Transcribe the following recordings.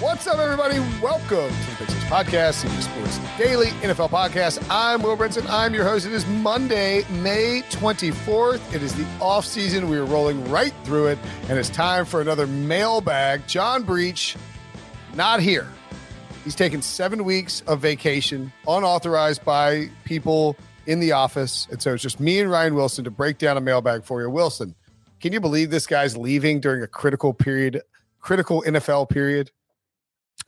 What's up, everybody? Welcome to the Big Six Podcast, CBS Sports Daily NFL Podcast. I'm Will Brinson. I'm your host. It is Monday, May 24th. It is the off season. We are rolling right through it, and it's time for another mailbag. John Breach, not here. He's taken seven weeks of vacation, unauthorized by people in the office, and so it's just me and Ryan Wilson to break down a mailbag for you. Wilson, can you believe this guy's leaving during a critical period? Critical NFL period.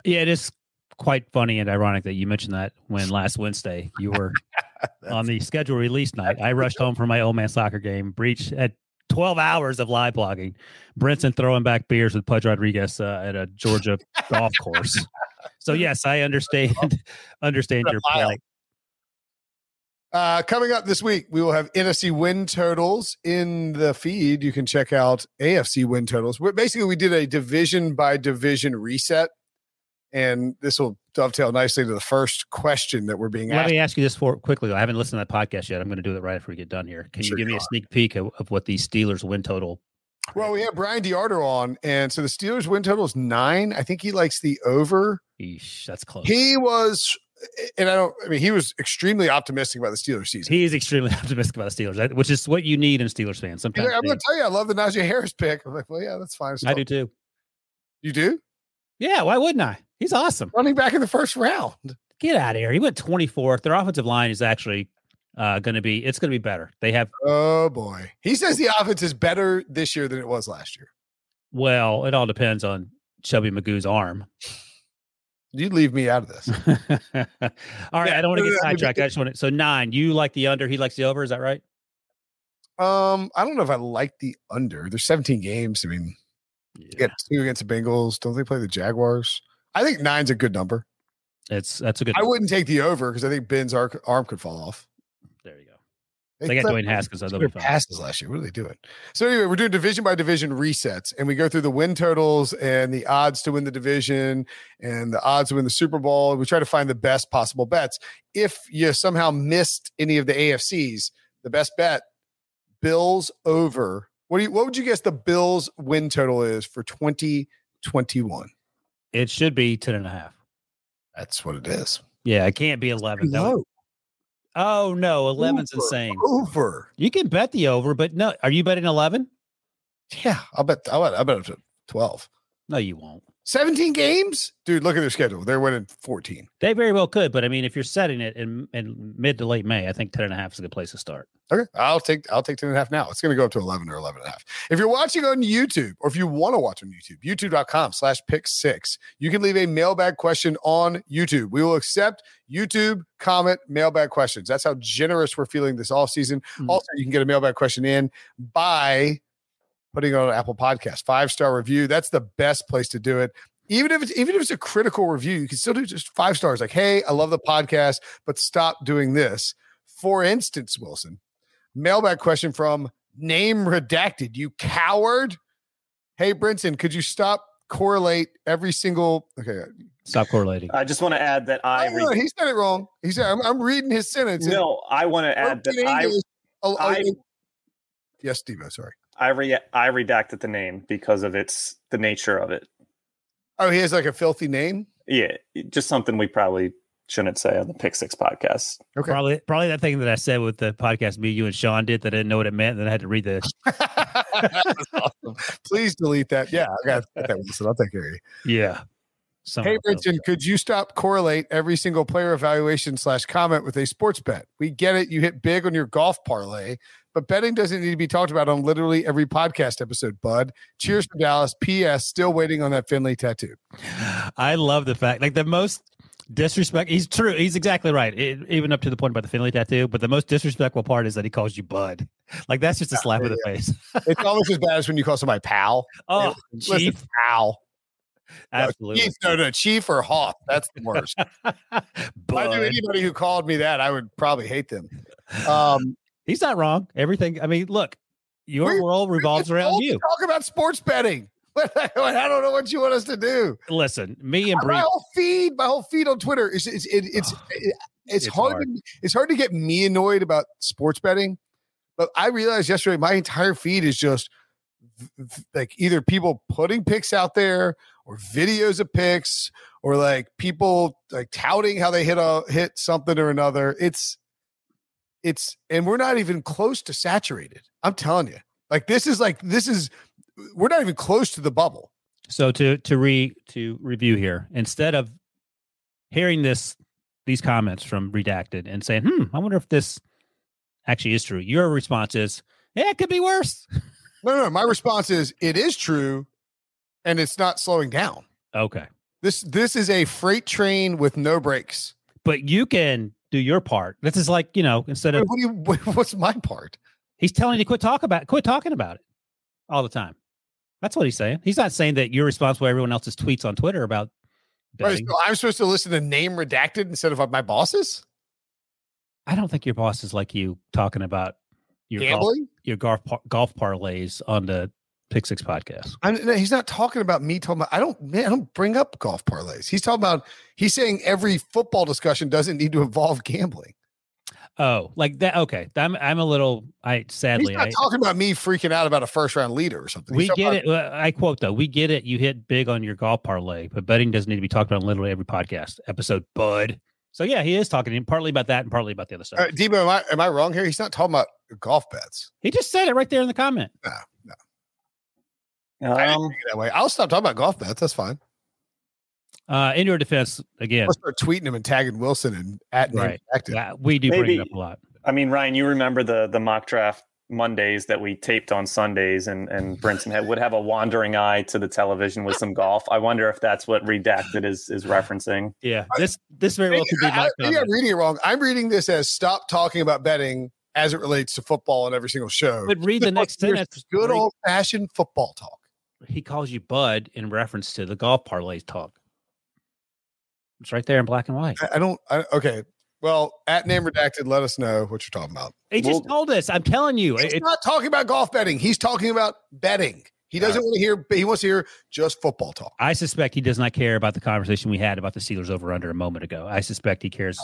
Yeah, it is quite funny and ironic that you mentioned that when last Wednesday you were on the schedule release night. I rushed home from my old man soccer game, breach at 12 hours of live blogging, Brinson throwing back beers with Pudge Rodriguez uh, at a Georgia golf course. So yes, I understand understand your Pedophile. plight. Uh, coming up this week, we will have NFC win totals in the feed. You can check out AFC win totals. we basically, we did a division by division reset, and this will dovetail nicely to the first question that we're being Let asked. me ask you this for quickly. I haven't listened to that podcast yet. I'm going to do it right after we get done here. Can Sure you give you me a sneak peek of, of what the Steelers win total? Well, we have Brian DiArdo on, and so the Steelers win total is nine. I think he likes the over. Eesh, that's close. He was, and I don't. I mean, he was extremely optimistic about the Steelers season. He is extremely optimistic about the Steelers, that- which is what you need in Steelers fans. He's Sometimes like, I'm they- going to tell you, I love the Najee Harris pick. I'm like, well, yeah, that's fine. I do too. You do Yeah, why wouldn't I? He's awesome. running back in the first round. Get out of here. He went 24th. Their offensive line is actually uh, going to be it's going to be better. They have Oh boy. He says the offense is better this year than it was last year. well, it all depends on Chubby Magoo's arm. You leave me out of this. all right, I don't want no, no, no, I to get mean, sidetracked. I just want to. So nine, you like the under, he likes the over. Is that right? Um, I don't know if I like the under. There's 17 games. I mean, you Yeah, get two against the Bengals. Don't they play the Jaguars? I think nine's a good number. it's that's a good. I wouldn't take the over because I think Ben's arc, arm could fall off. there you go. They got threw- Dwayne Haskins, so they'll threw be fine. passes last year. What are they doing? So anyway, we're doing division by division resets, and we go through the win totals and the odds to win the division and the odds to win the Super Bowl. We try to find the best possible bets. If you somehow missed any of the AFCs, the best bet: Bills over. What do you? What would you guess the Bills win total is for twenty twenty one? It should be ten and a half. That's what it is. Yeah, it can't be eleven. That would- No, oh no, eleven's Over. insane. over. You can bet the over, but no, are you betting eleven? Yeah, I'll bet. I'll bet. I'll bet up to twelve. No, you won't. 17 games? Dude, look at their schedule. They're winning 14. They very well could, but I mean, if you're setting it in, in mid to late May, I think 10 and a half is a good place to start. Okay. I'll take I'll take 10 and a half now. It's gonna go up to 11 or 11 and a half. If you're watching on YouTube or if you want to watch on YouTube, youtube.com slash pick six, you can leave a mailbag question on YouTube. We will accept YouTube comment mailbag questions. That's how generous we're feeling this off season. Mhm. Also, you can get a mailbag question in by putting it on Apple Podcast. Five star review. That's the best place to do it. Even if it's even if it's a critical review, you can still do just five stars. Like, hey, I love the podcast, but stop doing this. For instance, Wilson, mailbag question from name redacted. You coward. Hey, Brinson, could you stop correlate every single? Okay, Stop correlating. I just want to add that I I re- he said it wrong. He said I'm, I'm reading his sentence. no, I want to add Broken that I English. Oh, oh, I- yes, Devo. Sorry. I re- I redacted the name because of its the nature of it. Oh, he has like a filthy name. Yeah, just something we probably shouldn't say on the Pick Six podcast. Okay. Probably, probably that thing that I said with the podcast me, you, and Sean did that I didn't know what it meant, and then I had to read the. That's awesome. Please delete that. Yeah, I got that. Wilson. I'll take care of you. Yeah. Some Hey, Brinson, could you stop correlate every single player evaluation slash comment with a sports bet? We get it. You hit big on your golf parlay, but betting doesn't need to be talked about on literally every podcast episode, bud. Cheers from Dallas. P.S. Still waiting on that Finley tattoo. I love the fact, like the most Disrespect. He's true. He's exactly right. It, even up to the point about the Finley tattoo. But the most disrespectful part is that he calls you bud. Like that's just a slap in the face. It's almost as bad as when you call somebody pal. Oh, Listen, chief, pal. No, absolutely. Chief, no, no, chief or hoff. That's the worst. if I knew bud. anybody who called me that, I would probably hate them. Um, He's not wrong. Everything. I mean, look, your We're- world revolves we're around told to you. Talk about sports betting. I don't know what you want us to do. Listen, me and my Bree. Ah, whole feed, my whole feed on Twitter is it's it, it's it- it's, It's hard. To, it's hard to get me annoyed about sports betting, but I realized yesterday my entire feed is just v- v- like either people putting picks out there or videos of picks or like people like touting how they hit a hit something or another. It's it's and we're not even close to saturated. I'm telling you. Like this is like this is we're not even close to the bubble. So to to re to review here, instead of hearing this these comments from redacted and saying, "Hmm, I wonder if this actually is true," your response is, "Yeah, it could be worse." No, no. My response is it is true, and it's not slowing down. Okay, This this is a freight train with no brakes. but you can do your part. This is like you know, instead What of do you, what- what's my part? he's telling you to quit talk about quit talking about it all the time. That's what he's saying. He's not saying that you're responsible for everyone else's tweets on Twitter about Right, betting. so I'm supposed to listen to name redacted instead of uh, my bosses I don't think your boss is like you talking about your golf gambling. your golf par- golf parlays on the Pick Six podcast. I'm, no, he's not talking about me. Talking about I don't man, I don't bring up golf parlays. He's talking about he's saying every football discussion doesn't need to involve gambling. Oh, like that. Okay, I'm I'm a little. I He's sadly, not I, talking about me freaking out about a first round leader or something. we He's talking get about- it. well, I quote though, we get it. You hit big on your golf parlay, but betting doesn't need to be talked about on literally every podcast episode, bud. So yeah, he is talking to you partly about that and partly about the other stuff. All right, uh, Debo, am I am I wrong here? He's not talking about golf bets. He just said it right there in the comment. I didn't Um, think it that way. I'll stop talking about golf bets. That's fine. Uh, in your defense, again, I'll start tweeting him and tagging Wilson and at name Right. redacted. uh, we do bring it Maybe- up a lot. I mean, Ryan, you remember the the mock draft Mondays that we taped on Sundays, and and Brinson had, would have a wandering eye to the television with some golf. I wonder if that's what redacted is is referencing. Yeah, this this very well Maybe, could be I, my maybe comment. I'm reading it wrong. I'm reading this as stop talking about betting as it relates to football on every single show. But read the next Here's sentence. Good Read- old fashioned football talk. he calls you bud in reference to the golf parlay talk. It's right there in black and white. I, I don't. I, okay. Well, at Mm-hmm. name redacted, let us know what you're talking about. He just Well- told us. I'm telling you. He's It, not talking about golf betting. He's talking about betting. He doesn't want to hear. He wants to hear just football talk. I suspect he does not care about the conversation we had about the Steelers over under a moment ago. I suspect he cares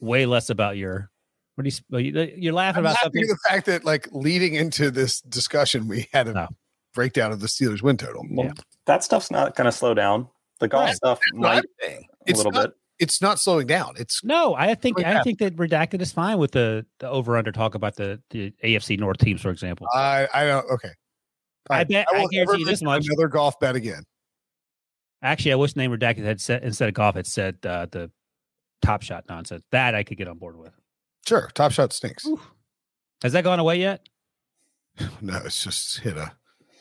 way less about your. What do you? sp- You're laughing I'm about happy something. to the fact that, like, leading into this discussion, we had a No. breakdown of the Steelers win total. Well, Yeah. That stuff's not going to slow down. The golf Right. stuff might a It's little not, bit. it's not slowing down. It's No, I think Really I think that redacted is fine with the the over under talk about the the AFC North teams, for example. I I don't okay. I bet I, will never guarantee you this mention much. Another golf bet again. Actually, I wish name redacted had said instead of golf had said uh, the top shot nonsense. That I could get on board with. Sure, Top Shot stinks. Has that gone away yet? No, it's just hit a.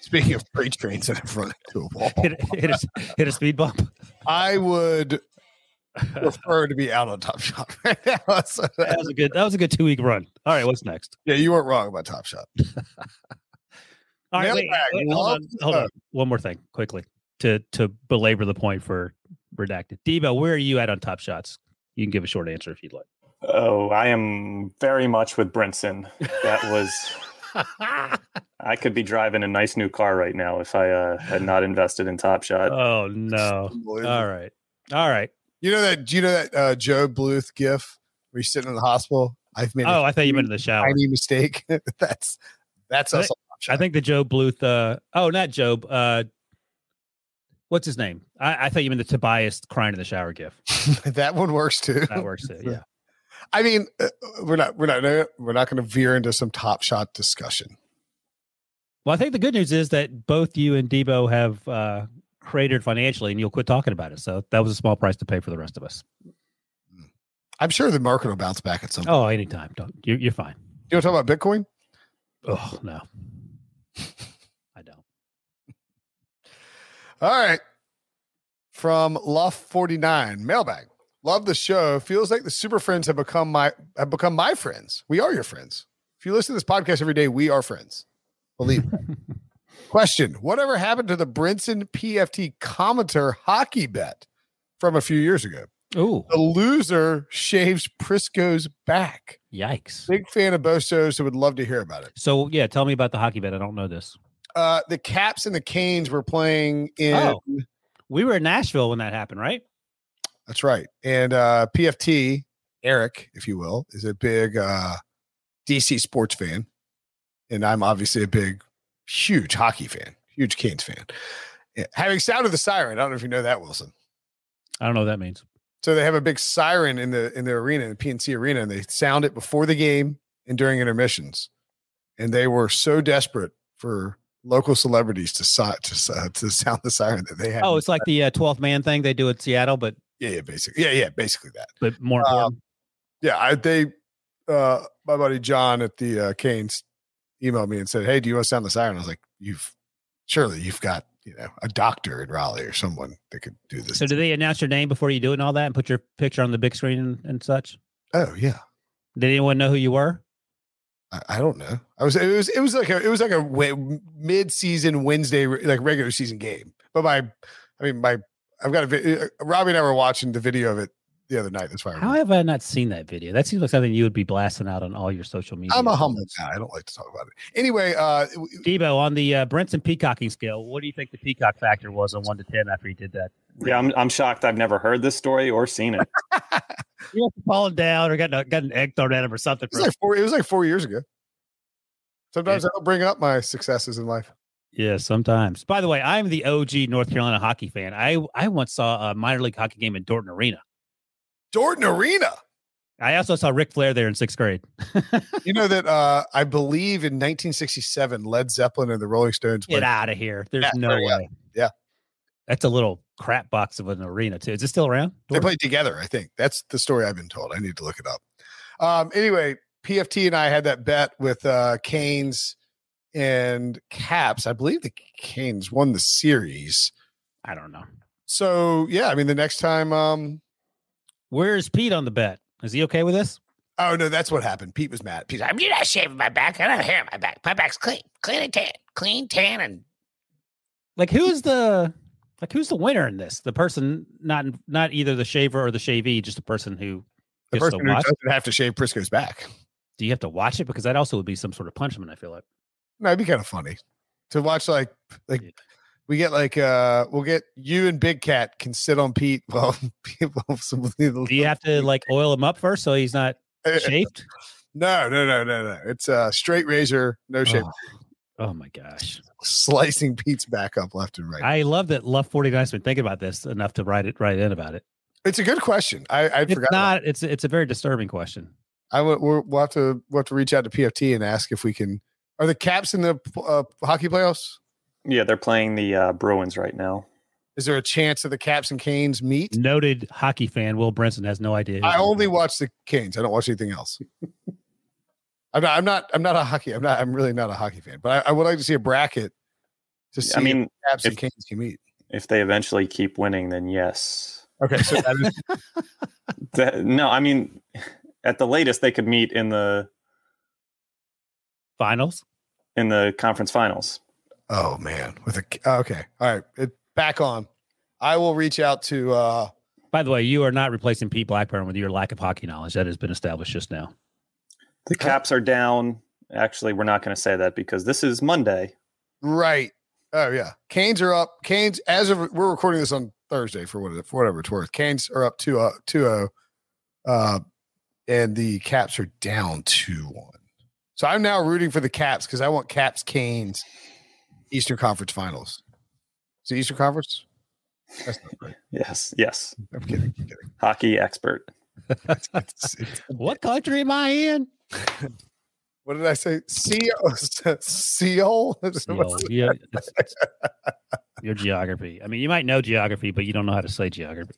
Speaking of freight trains that have run into a wall, Hit, a- hit a hit a speed bump. I would prefer to be out on Top Shot right now. So That that- was a good. That was a good two week run. All right, what's next? yeah, you weren't wrong about Top Shot. All right, wait, Mailbag, wait, hold love on, hold to on. One more thing, quickly, to to belabor the point for redacted. Debo, where are you at on top shots? You can give a short answer if you'd like. Oh, I am very much with Brinson. That was. I could be driving a nice new car right now if I uh, had not invested in Top Shot. oh no! All right, all right. You know that? Do you know that uh, Joe Bluth gif where he's sitting in the hospital? I've made Oh, a I thought you meant in the shower. tiny mistake. that's that's us. on Top I Shot. think the Joe Bluth. Uh, oh, not Job. Uh, what's his name? I, I thought you meant the Tobias crying in the shower gif. that one works too. That works too. Yeah. I mean, uh, we're not we're not we're not going to veer into some top shot discussion. Well, I think the good news is that both you and Debo have uh, cratered financially, and you'll quit talking about it. So that was a small price to pay for the rest of us. I'm sure the market will bounce back at some. point. Oh, anytime. Don't you're, you're fine. You want to talk about Bitcoin? Oh no, I don't. All right. From Luff 49 mailbag. Love the show. Feels like the super friends have become my have become my friends. We are your friends. If you listen to this podcast every day, we are friends. Believe me. Question: Whatever happened to the Brinson PFT commenter hockey bet from a few years ago? Ooh, The loser shaves Prisco's back. yikes. Big fan of Boso, so would love to hear about it. So yeah, tell me about the hockey bet. I don't know this. Uh, the Caps and the Canes were playing in. Oh. We were in Nashville when that happened, right? That's right. And uh, PFT, Eric, if you will, is a big uh, DC sports fan. And I'm obviously a big, huge hockey fan, huge Canes fan. Yeah. Having sounded the siren, I don't know if you know that, Wilson. I don't know what that means. So they have a big siren in the in the arena, in the PNC arena, and they sound it before the game and during intermissions. And they were so desperate for local celebrities to si- to, si- to sound the siren that they had. Oh, it's like the uh, 12th man thing they do at Seattle, but yeah, yeah, basically, yeah, yeah, basically that. but more Um, important. Yeah, I, they, uh, my buddy John at the uh, Canes emailed me and said, "Hey, do you want to sound the siren?" I was like, "You've surely you've got you know a doctor in Raleigh or someone that could do this." so do they announce your name before you do it and all that, and put your picture on the big screen and, and such? oh yeah, Did anyone know who you were? I, I don't know. I was it was it was like a it was like a we- mid-season Wednesday re- like regular season game. But my, I mean my, I've got a vi- uh, Robbie and I were watching the video of it the other night. That's why I How remember. have I not seen that video? That seems like something you would be blasting out on all your social media. I'm a humble outlets. guy. I don't like to talk about it. Anyway, uh, Debo, on the uh, Brinson peacocking scale, what do you think the peacock factor was on one to ten after he did that? Yeah, I'm, I'm shocked. I've never heard this story or seen it. He must have fallen down or got, a, got an egg thrown at him or something. It for- was like four. It was like four years ago. Sometimes I don't bring up my successes in life. yeah, sometimes. By the way, I'm the OG North Carolina hockey fan. I I once saw a minor league hockey game in Dorton Arena. Jordan Arena. I also saw Ric Flair there in sixth grade. You know that uh, I believe in 1967, Led Zeppelin and the Rolling Stones. Get played- out of here! There's Yeah, no there you way. go. Yeah. that's a little crap box of an arena too. Is it still around? They played together. I think that's the story I've been told. I need to look it up. Um, anyway, PFT and I had that bet with uh, Canes and Caps. I believe the Canes won the series. I don't know. So yeah, I mean the next time. Um, Where is Pete on the bet? Is he okay with this? oh no, that's what happened. Pete was mad. Pete's like, I'm not shaving my back. I don't have hair on my back. My back's clean, clean and tan, clean, tan, and Like who's the like who's the winner in this? The person not not either the shaver or the shavee, just the person who the gets to person who watch. doesn't have to shave Prisco's back. Do you have to watch it because that also would be some sort of punishment? I feel like. No, it'd be kind of funny to watch. Like, like Yeah. we get like uh, we'll get you and Big Cat can sit on Pete while people. some of the Do you have to like oil him up first so he's not shaved? No, no, no, no, no. It's a straight razor, no shape, Oh, oh my gosh! slicing Pete's back up left and right. I love that. Love 49's been thinking about this enough to write it right in about it. it's a good question. I, I It's forgot. about- not. It's it's a very disturbing question. I will. we'll- We'll have to. We'll have to reach out to PFT and ask if we can. Are the Caps in the uh, hockey playoffs? Yeah, they're playing the uh, Bruins right now. Is there a chance that the Caps and Canes meet? Noted hockey fan Will Brinson has no idea. who- I only watch the Canes. I don't watch anything else. I'm not. I'm not. I'm not a hockey. I'm not. I'm really not a hockey fan. But I, I would like to see a bracket to see I if mean, Caps and if- Canes can meet. if they eventually keep winning, then yes. Okay, so that is, That- no, I mean, at the latest, they could meet in the finals. in the conference finals. oh man, with a oh, okay, all right, it, back on. I will reach out to. uh By the way, you are not replacing Pete Blackburn with your lack of hockey knowledge. That has been established just now. The Caps are down. Actually, we're not going to say that because this is Monday. Right. Oh yeah, Canes are up. Canes as of we're recording this on Thursday for whatever, for whatever it's worth. Canes are up 2 0 oh, uh, and the Caps are down two one. So I'm now rooting for the Caps because I want Caps Canes Eastern Conference Finals. Is it Eastern Conference? That's not right. Yes, yes. I'm kidding. I'm kidding. Hockey expert. It's- it's- What country am I in? what did I say? Seoul. Seoul. Yo, you- uh, it's- it's- your geography. I mean, you might know geography, but you don't know how to say geography.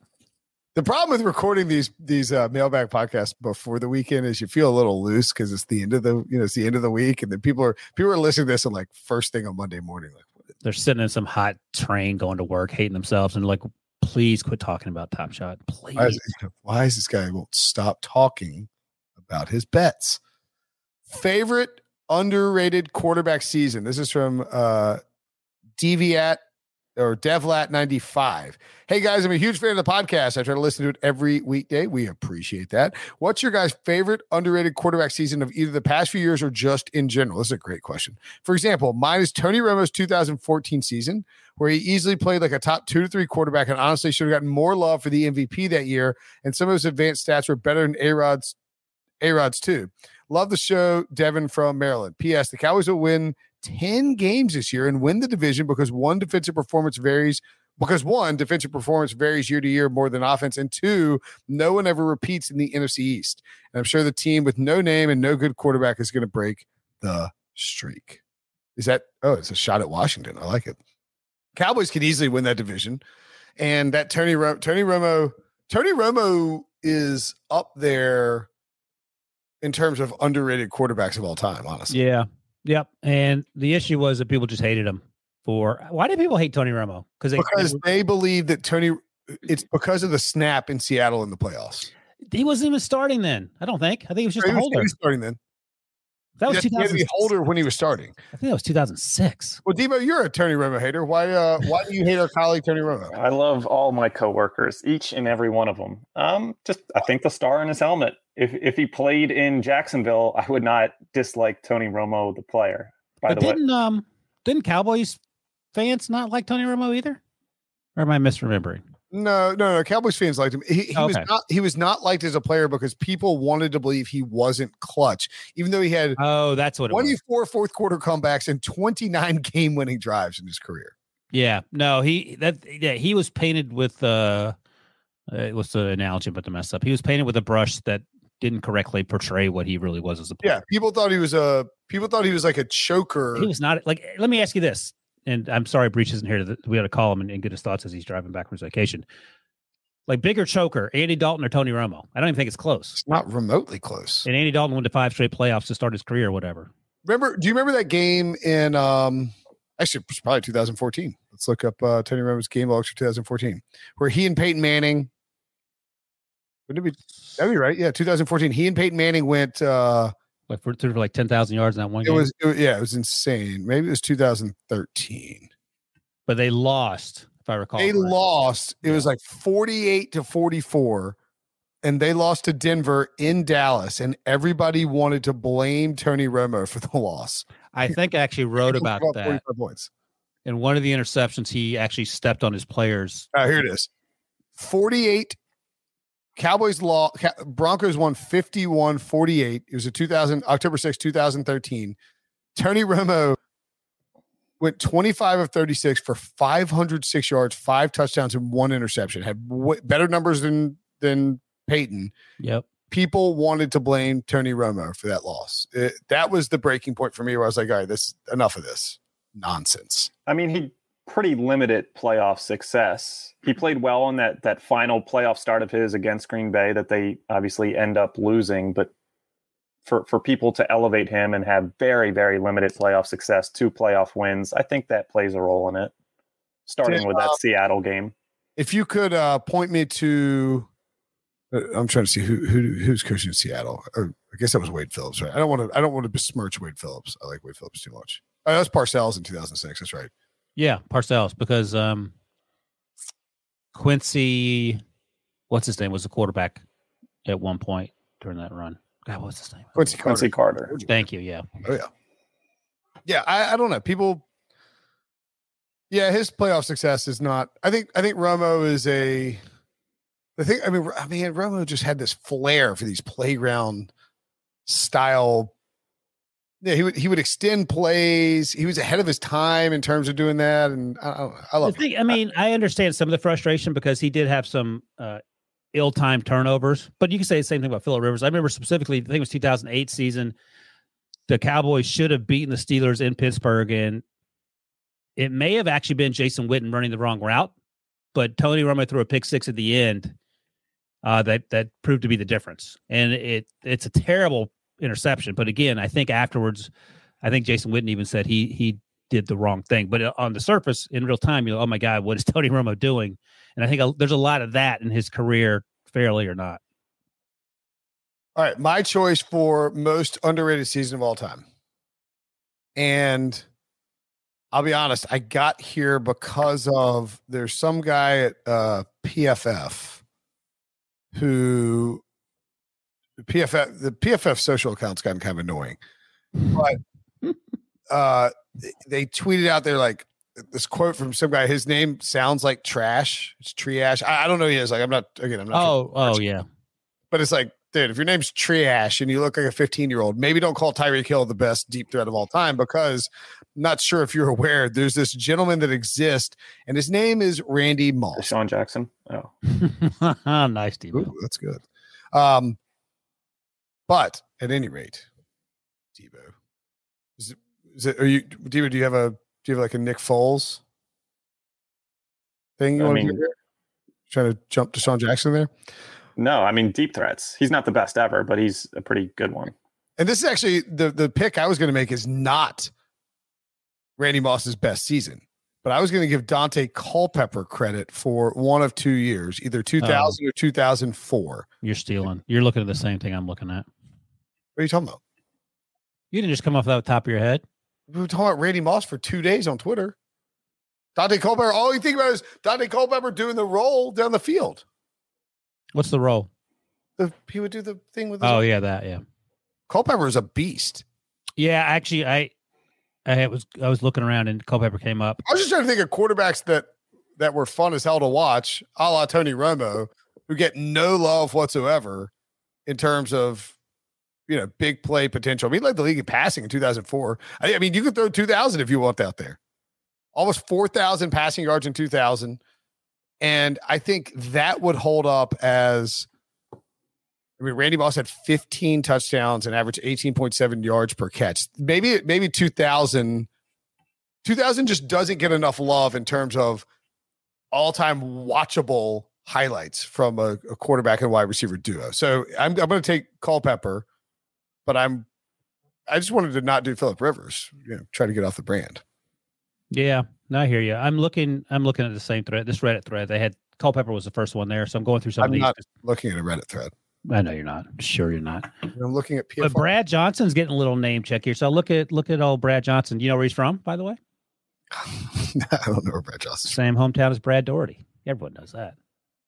The problem with recording these these uh, mailbag podcasts before the weekend is you feel a little loose because it's the end of the you know it's the end of the week and then people are people are listening to this on like first thing on Monday morning like They're sitting in some hot train going to work, hating themselves, and like please quit talking about Top Shot. Please. Why is, why is this guy won't stop talking about his bets? Favorite underrated quarterback season. This is from uh Deviat or Devlat 95. Hey guys, I'm a huge fan of the podcast. I try to listen to it every weekday. We appreciate that. What's your guys' favorite underrated quarterback season of either the past few years or just in general? This is a great question. For example, mine is Tony Romo's 2014 season, where he easily played like a top two to three quarterback and honestly should have gotten more love for the MVP that year. And some of his advanced stats were better than A Rod's, A Rod's too. Love the show, Devin from Maryland. P.S. The Cowboys will win 10 games this year and win the division because one defensive performance varies because one defensive performance varies year to year more than offense and two no one ever repeats in the NFC East and I'm sure the team with no name and no good quarterback is going to break the streak is that oh it's a shot at Washington I like it Cowboys can easily win that division and that Tony Ro- Tony Romo Tony Romo is up there in terms of underrated quarterbacks of all time honestly Yeah. Yep. And the issue was that people just hated him for why do people hate Tony Romo? Because they because they believe that Tony. It's because of the snap in Seattle in the playoffs. he wasn't even starting then. I don't think. I think it was just He a was- he holder. was starting then. That was Yes, he had to 2000. be holder when he was starting. I think that was 2006. Well, Debo, you're a Tony Romo hater. Why? Uh, why do you hate our colleague Tony Romo? I love all my coworkers, each and every one of them. Um, just I think the star in his helmet. If if he played in Jacksonville, I would not dislike Tony Romo the player. By but the way, didn't um didn't Cowboys fans not like Tony Romo either? Or am I misremembering? No, no, no. Cowboys fans liked him. He, he was Okay. not. He was not liked as a player because people wanted to believe he wasn't clutch, even though he had Oh, that's what it was. 24 fourth quarter comebacks and 29 game winning drives in his career. Yeah. No, he that yeah, he was painted with uh uh, what's the analogy but the mess up. He was painted with a brush that didn't correctly portray what he really was as a player. Yeah, people thought he was a. People thought he was like a choker. He was not like. eh, Let me ask you this, and I'm sorry, Breach isn't here. To, we got to call him and, and get his thoughts as he's driving back from his vacation. Like bigger choker, Andy Dalton or Tony Romo? I don't even think it's close. not remotely close. And Andy Dalton went to five straight playoffs to start his career, or whatever. remember do you remember that game in um actually it's probably 2014 let's look up uh tony romo's game logs for 2014 where he and peyton manning wouldn't it be that'd be right yeah 2014 he and peyton manning went uh Like for, threw for like ten thousand yards in that one it game, was, it was yeah it was insane maybe it was 2013 but they lost. If I recall, they correctly. lost it was Oh, Yeah. like 48 to 44 and they lost to denver in dallas and everybody wanted to blame tony romo for the loss I think I actually wrote He about scored that. 45 points. In one of the interceptions, he actually stepped on his players. Uh, here it is. 48 Cowboys law Ca- Broncos won 51 48. It was a 2000 October 6, 2013. Tony Romo went 25 of 36 for 506 yards, five touchdowns and one interception. Had w- better numbers than than Peyton. Yep. People wanted to blame Tony Romo for that loss. It- that was the breaking point for me where I was like, all right, this enough of this nonsense. I mean, he pretty limited playoff success. He played well in that that final playoff start of his against Green Bay that they obviously end up losing, but for for people to elevate him and have very very limited playoff success, two playoff wins, I think that plays a role in it. Starting with uh, that Seattle game. if you could uh, point me to, uh, I'm trying to see who who who's coaching Seattle. Or I guess that was Wade Phillips, right? I don't want to I don't want to besmirch Wade Phillips. I like Wade Phillips too much. Oh, that was Parcells in 2006. That's right. Yeah, Parcells, because um, Quincy, what's his name, was a quarterback at one point during that run. God, what's his name? Quincy Carter. Quincy Carter. Thank you. Yeah, Oh yeah, yeah. I, I don't know. People, yeah, his playoff success is not. I think I think Romo is a. The thing I mean, I mean, Romo just had this flair for these playground style. Yeah, he would he would extend plays. He was ahead of his time in terms of doing that, and I, I, don't know. I I love. think. I mean, I understand some of the frustration because he did have some uh, ill-timed turnovers, but you can say the same thing about Phillip Rivers. I remember specifically, I think it was 2008 season. The Cowboys should have beaten the Steelers in Pittsburgh, and it may have actually been Jason Witten running the wrong route, but Tony Romo threw a pick six at the end. Uh, that that proved to be the difference, and it it's a terrible interception. But again, I think afterwards, I think Jason Witten even said he he did the wrong thing. But uh, on the surface, in real time, you're like, oh my God, what is Tony Romo doing? And I think a, there's a lot of that in his career, fairly or not. All right, my choice for most underrated season of all time. And I'll be honest, I got here because of there's some guy at uh, PFF who PFF the PFF social account's gotten kind of annoying, but uh, they tweeted out there like this quote from some guy. His name sounds like trash. It's Triash. I, I don't know. Who he is like I'm not again. I'm not. sure. Oh, oh yeah. But it's like, dude, if your name's Triash and you look like a 15 year old, maybe don't call Tyreek Hill the best deep threat of all time because I'm not sure if you're aware, there's this gentleman that exists and his name is Randy Moss. Deshaun Jackson. Oh, nice, Debo. Ooh, that's good. Um, but at any rate, Debo, is it, is it, are you, Debo, do you have a, do you have like a Nick Foles thing you I want to mean- do here? Trying to jump Deshaun Jackson there? no. I mean, deep threats. He's not the best ever, but he's a pretty good one. And this is actually the the pick I was going to make is not Randy Moss's best season, but I was going to give Dante Culpepper credit for one of two years, either Oh. 2000 or 2004. You're stealing. You're looking at the same thing I'm looking at. What are you talking about? You didn't just come off that top of your head. We were talking about Randy Moss for two days on Twitter. Dante Culpepper. All you think about is Dante Culpepper doing the roll down the field. What's the role? The, he would do the thing with. His Oh yeah, that yeah. Culpepper is a beast. Yeah, actually, I, I was I was looking around and Culpepper came up. I was just trying to think of quarterbacks that that were fun as hell to watch, a la Tony Romo, who get no love whatsoever in terms of you know big play potential. I mean, he led the league in passing in 2004. I, I mean, you could throw 2,000 if you want out there. Almost 4,000 passing yards in 2000, and I think that would hold up as. I mean, Randy Moss had 15 touchdowns and averaged 18.7 yards per catch. Maybe maybe 2000 2000 just doesn't get enough love in terms of all-time watchable highlights from a, a quarterback and wide receiver duo. So I'm, I'm going to take Culpepper, but I'm I just wanted to not do Philip Rivers. You know, try to get off the brand. Yeah, no, I hear you. I'm looking. I'm looking at the same thread. This Reddit thread they had. Culpepper was the first one there, so I'm going through some I'm of these. not looking at a Reddit thread. I know you're not. Sure, you're not. I'm looking at But PFF. Brad Johnson's getting a little name check here. So look at look at old Brad Johnson. You know where he's from, by the way. I don't know where Brad Johnson. is. Same hometown as Brad Doherty. Everyone knows that.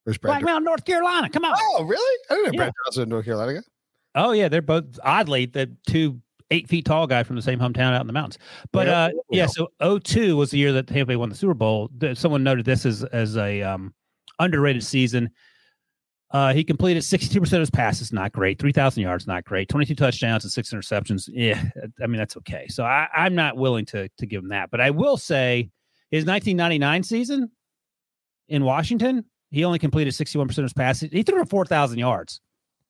Where's Brad? Black Mountain, North Carolina. Come on. oh, really? I didn't know Yeah. Brad Johnson in North Carolina. guy. Oh yeah, they're both oddly the two eight feet tall guy from the same hometown out in the mountains. But Yep. uh, yeah, so 02 was the year that Tampa Bay won the Super Bowl. Th- Someone noted this as as a um, underrated season. Uh, he completed 62% of his passes, not great. 3,000 yards, not great. 22 touchdowns and six interceptions. Yeah, I mean, that's okay. So I, I'm not willing to, to give him that. But I will say his 1999 season in Washington, he only completed 61% of his passes. He threw for 4,000 yards,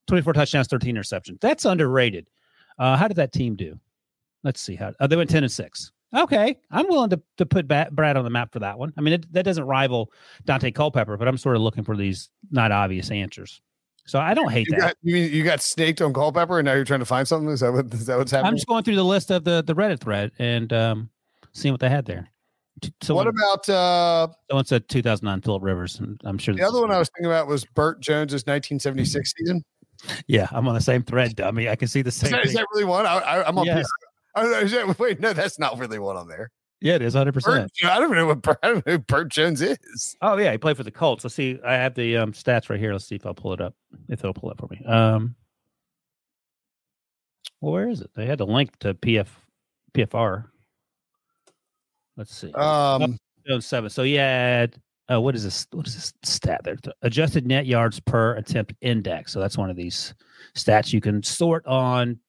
24 touchdowns, 13 interceptions. That's underrated. Uh, how did that team do? Let's see how uh, they went 10 and 6. Okay. I'm willing to, to put Ba- Brad on the map for that one. I mean, it, that doesn't rival Dante Culpepper, but I'm sort of looking for these not obvious answers. So I don't hate You that. got you, mean you got snaked on Culpepper, and now you're trying to find something. Is that what is that what's happening? I'm just going through the list of the, the Reddit thread and um, seeing what they had there. T- what Someone, about uh, someone said 2009 Philip Rivers, and I'm sure the this other is- one I was thinking about? Was Burt Jones's 1976 season? Yeah, I'm on the same thread, dummy. I can see the Is Mm-hmm. same. that, is thing. that really one? I, I, I'm on. Yes. I don't know, is that- wait, no, that's not really one on there. Yeah, it is 100. percent Bert, I don't even know what Bert, I don't know who Bert Jones is. Oh yeah, he played for the Colts. Let's see. I have the um, stats right here. Let's see if I'll pull it up. If it'll pull up for me. Um, well, where is it? They had a link to PF PFR. Let's see. Um, 2007. So yeah, uh, what is this? What is this stat there? The Adjusted net yards per attempt index. So that's one of these stats you can sort on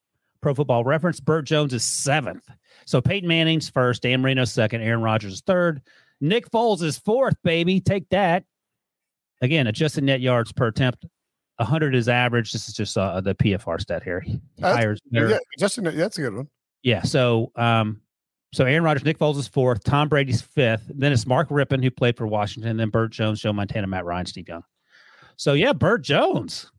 Pro Football Reference. Burt Jones is seventh. So Peyton Manning's first, Dan Marino's second, Aaron Rodgers is third, Nick Foles is fourth. Baby, take that. Again, adjusted net yards per attempt. 100 is average. This is just uh, the PFR stat here. He That's- hires- yeah, Justin, that's a good one. yeah. So, um, so Aaron Rodgers, Nick Foles is fourth, Tom Brady's fifth. Then it's Mark Rippon, who played for Washington, then Burt Jones, Joe Montana, Matt Ryan, Steve Young. So yeah, Burt Jones.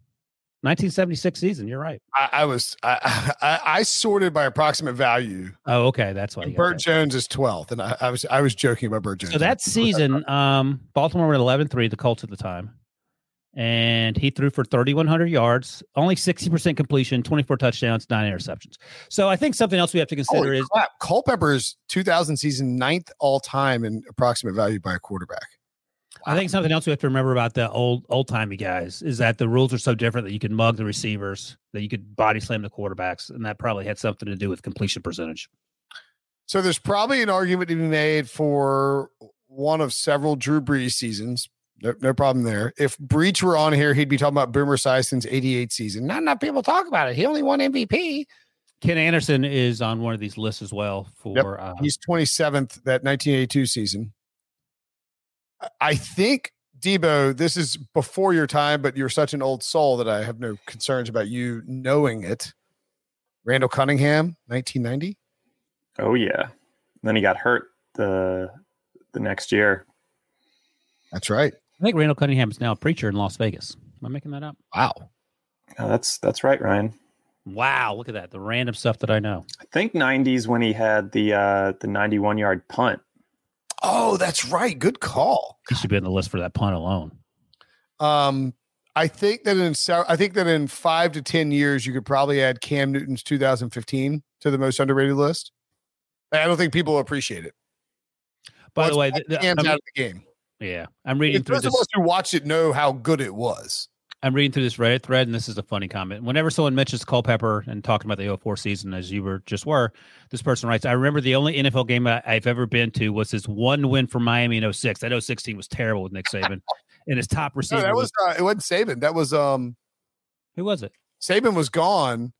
1976 season. You're right. I, I was I, I I sorted by approximate value. Oh, okay, that's why. you And got Burt that. Jones is twelfth, and I, I was I was joking about Burt Jones. So that season, um, Baltimore were at 11 3, the Colts at the time. And he threw for 3,100 yards, only 60% completion, 24 touchdowns, nine interceptions. So I think something else we have to consider Holy is crap. Culpepper's 2000 season ninth all time in approximate value by a quarterback. I think something else we have to remember about the old old timey guys is that the rules are so different that you can mug the receivers, that you could body slam the quarterbacks, and that probably had something to do with completion percentage. So there's probably an argument to be made for one of several Drew Brees seasons. No, no problem there. If Breach were on here, he'd be talking about Boomer Sison's 88 season. Not enough people talk about it. He only won MVP. Ken Anderson is on one of these lists as well for Yep. uh, He's 27th that 1982 season. I- I think Debo, this is before your time, but you're such an old soul that I have no concerns about you knowing it. Randall Cunningham, 1990. Oh yeah. Then he got hurt the the next year. That's right. I think Randall Cunningham is now a preacher in Las Vegas. Am I making that up? Wow. Oh, that's that's right, Ryan. Wow, look at that. The random stuff that I know. I think '90s when he had the uh, the 91 yard punt. Oh, that's right. Good call. He should be on the list for that punt alone. Um, I think that in se- I think that in five to ten years, you could probably add Cam Newton's 2015 to the most underrated list. I don't think people appreciate it. By the Once way, th- th- Cam's I'm- out of the game. yeah, I'm reading It's through those this. of us who watched it know how good it was. I'm reading through this Reddit thread, and this is a funny comment. Whenever someone mentions Culpepper and talking about the 04 season, as you were just were, this person writes, "I remember the only NFL game I, I've ever been to was his one win for Miami in 06. That 06 team was terrible with Nick Saban, and his top No, receiver that was, was uh, it wasn't Saban. That was um who was it? Saban was gone,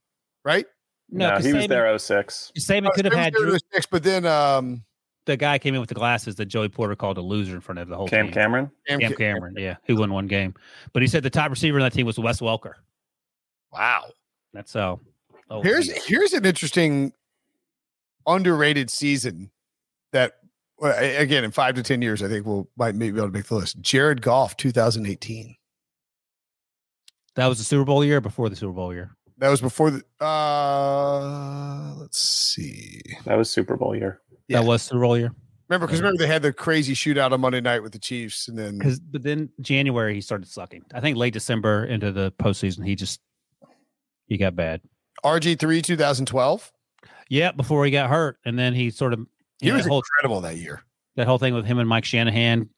right? No, 'cause he was Saban, there 06. Saban Uh, could have Saban had was Drew, six, but then um the guy came in with the glasses that Joey Porter called a loser in front of the whole Cam team. Cameron. Cam Cam Ca- Cameron, yeah, who won one game, but he said the top receiver on that team was Wes Welker. Wow. That's how. Oh, Here's here's an interesting underrated season that well, a- again in five to ten years I think we'll might maybe be able to make the list. Jared Goff, 2018. that was the Super Bowl year before the Super Bowl year. That was before the uh let's see. That was Super Bowl year. Yeah. That was Super Bowl year. Remember because remember they had the crazy shootout on Monday night with the Chiefs and then Because but then January he started sucking. I think late December into the postseason he just he got bad. RG3 2012. Yeah, before he got hurt, and then he sort of He you know, was that, whole, incredible that year. that whole thing with him and Mike Shanahan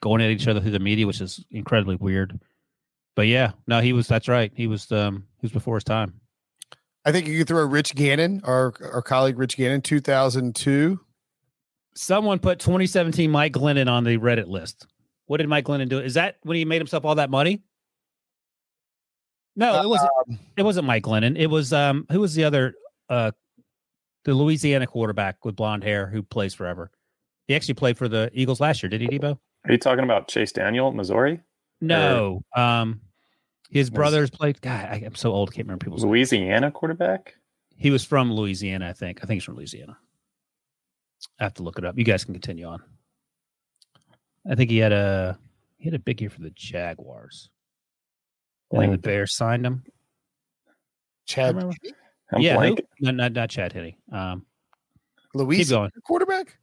going at each other through the media, which is incredibly weird. But yeah, no, he was. That's right. He was. Um, he was before his time. I think you could throw Rich Gannon, our our colleague Rich Gannon, two thousand two. Someone put 2017 Mike Glennon on the Reddit list. What did Mike Glennon do? Is that when he made himself all that money? No, it wasn't. it wasn't Mike Glennon. It was um, who was the other uh, the Louisiana quarterback with blonde hair who plays forever. He actually played for the Eagles last year, did he, Debo? Are you talking about Chase Daniel, Missouri, No. Um, his Was- brothers played. God, I, I'm so old. Can't remember people's. names. Louisiana quarterback? He was from Louisiana, I think. I think he's from Louisiana. I have to look it up. You guys can continue on. I think he had a he had a big year for the Jaguars. And then the Blank. Bears signed him. Chad Remember? Henne, I'm yeah, who? blank. No, not not Chad Henney. Um, keep Luis, going. quarterback.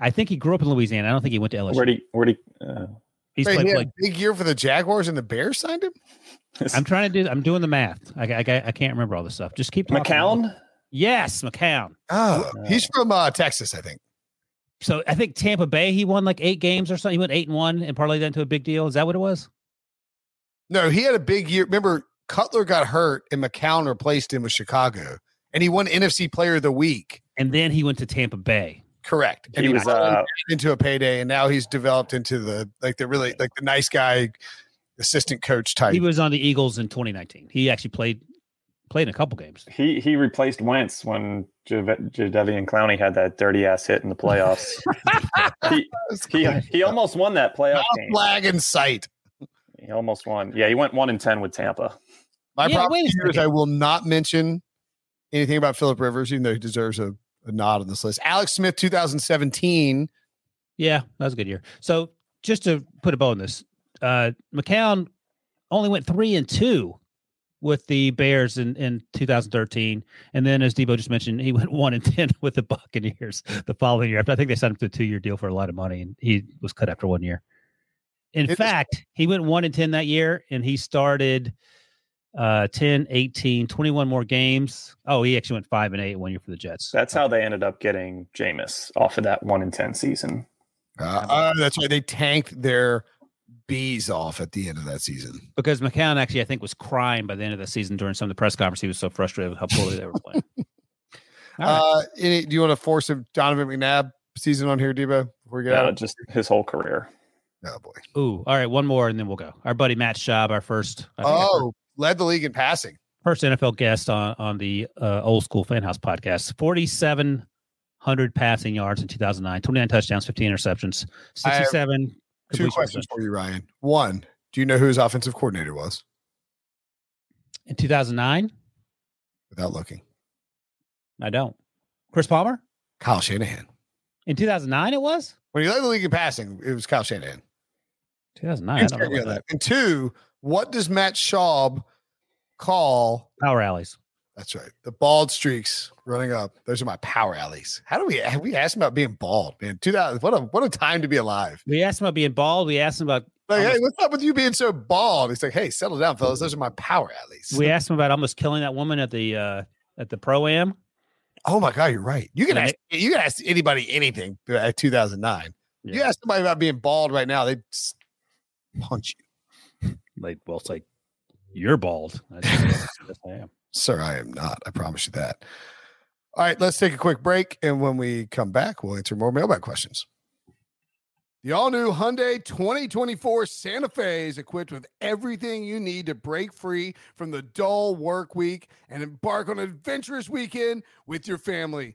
I think he grew up in Louisiana. I don't think he went to LSU. Where he? Where he? Uh, He's Wait, played he had like a big year for the Jaguars and the Bears signed him. I'm trying to do. I'm doing the math. I, I, I can't remember all this stuff. Just keep talking. McCown. Yes, McCown. Oh, Wow. he's from uh, Texas, I think. So I think Tampa Bay. He won like eight games or something. He went eight and one and parlayed that into a big deal. Is that what it was? No, he had a big year. Remember, Cutler got hurt and McCown replaced him with Chicago, and he won NFC Player of the Week. And then he went to Tampa Bay. Correct. And He was. Uh, into a payday, and now he's developed into the like the really like the nice guy assistant coach type. He was on the Eagles in 2019. He actually played played in a couple games. he he replaced Wentz when Jave- Jadevian Clowney had that dirty ass hit in the playoffs. he, he he almost won that playoff game. flag in sight. He almost won. Yeah, he went one and ten with Tampa. My Yeah, problem wait a here is second. I will not mention anything about Philip Rivers, even though he deserves a, a nod on this list. Alex Smith, 2017. Yeah, that was a good year. So just to put a bow on this, uh, McCown only went three and two with the Bears in, in 2013, and then as Debo just mentioned, he went one and ten with the Buccaneers the following year. After I think they signed him to a two year deal for a lot of money, and he was cut after one year. In It is- fact, he went one and ten that year, and he started uh 10 18 21 more games oh he actually went five and eight one year for the jets That's how they ended up getting Jameis off of that one in ten season. Uh, oh, that's right. They tanked their bees off at the end of that season. because McCown actually, I think, was crying by the end of the season during some of the press conference. He was so frustrated with how poorly they were playing. All right. Uh, any, do you want to force a Donovan McNabb season on here, Debo? Before we get out, Uh, just his whole career. oh boy. Ooh, all right, one more, and then we'll go. Our buddy Matt Schaub, our first, I think our Oh, led the league in passing. first NFL guest on on the uh, Old School Fan House podcast, forty seven hundred passing yards in two thousand nine, twenty nine touchdowns, fifteen interceptions, I have sixty seven. Two questions for you, Ryan. One, do you know who his offensive coordinator was? in two thousand nine. Without looking, I don't. Chris Palmer Kyle Shanahan. in two thousand nine. It was When he led the league in passing, it was Kyle Shanahan. two thousand nine. I don't know Inside about of that. that. And two, what does Matt Schaub call? Power alleys. That's right. The bald streaks running up. Those are my power alleys. How do we have we asked him about being bald, man? 2000, what a what a time to be alive. We asked him about being bald. We asked him about Like, Almost- hey, what's up with you being so bald? He's like, hey, settle down, fellas. Those are my power alleys. We asked him about almost killing that woman at the uh at the pro am. oh my God, you're right. You can Yeah. ask you can ask anybody anything uh, at 2009. You ask somebody about being bald right now, they s- punch you. Like, well, it's like you're bald. I just- yes, I am. Sir, I am not. I promise you that. All right, let's take a quick break. And when we come back, we'll answer more mailbag questions. The all new Hyundai 2024 Santa Fe is equipped with everything you need to break free from the dull work week and embark on an adventurous weekend with your family.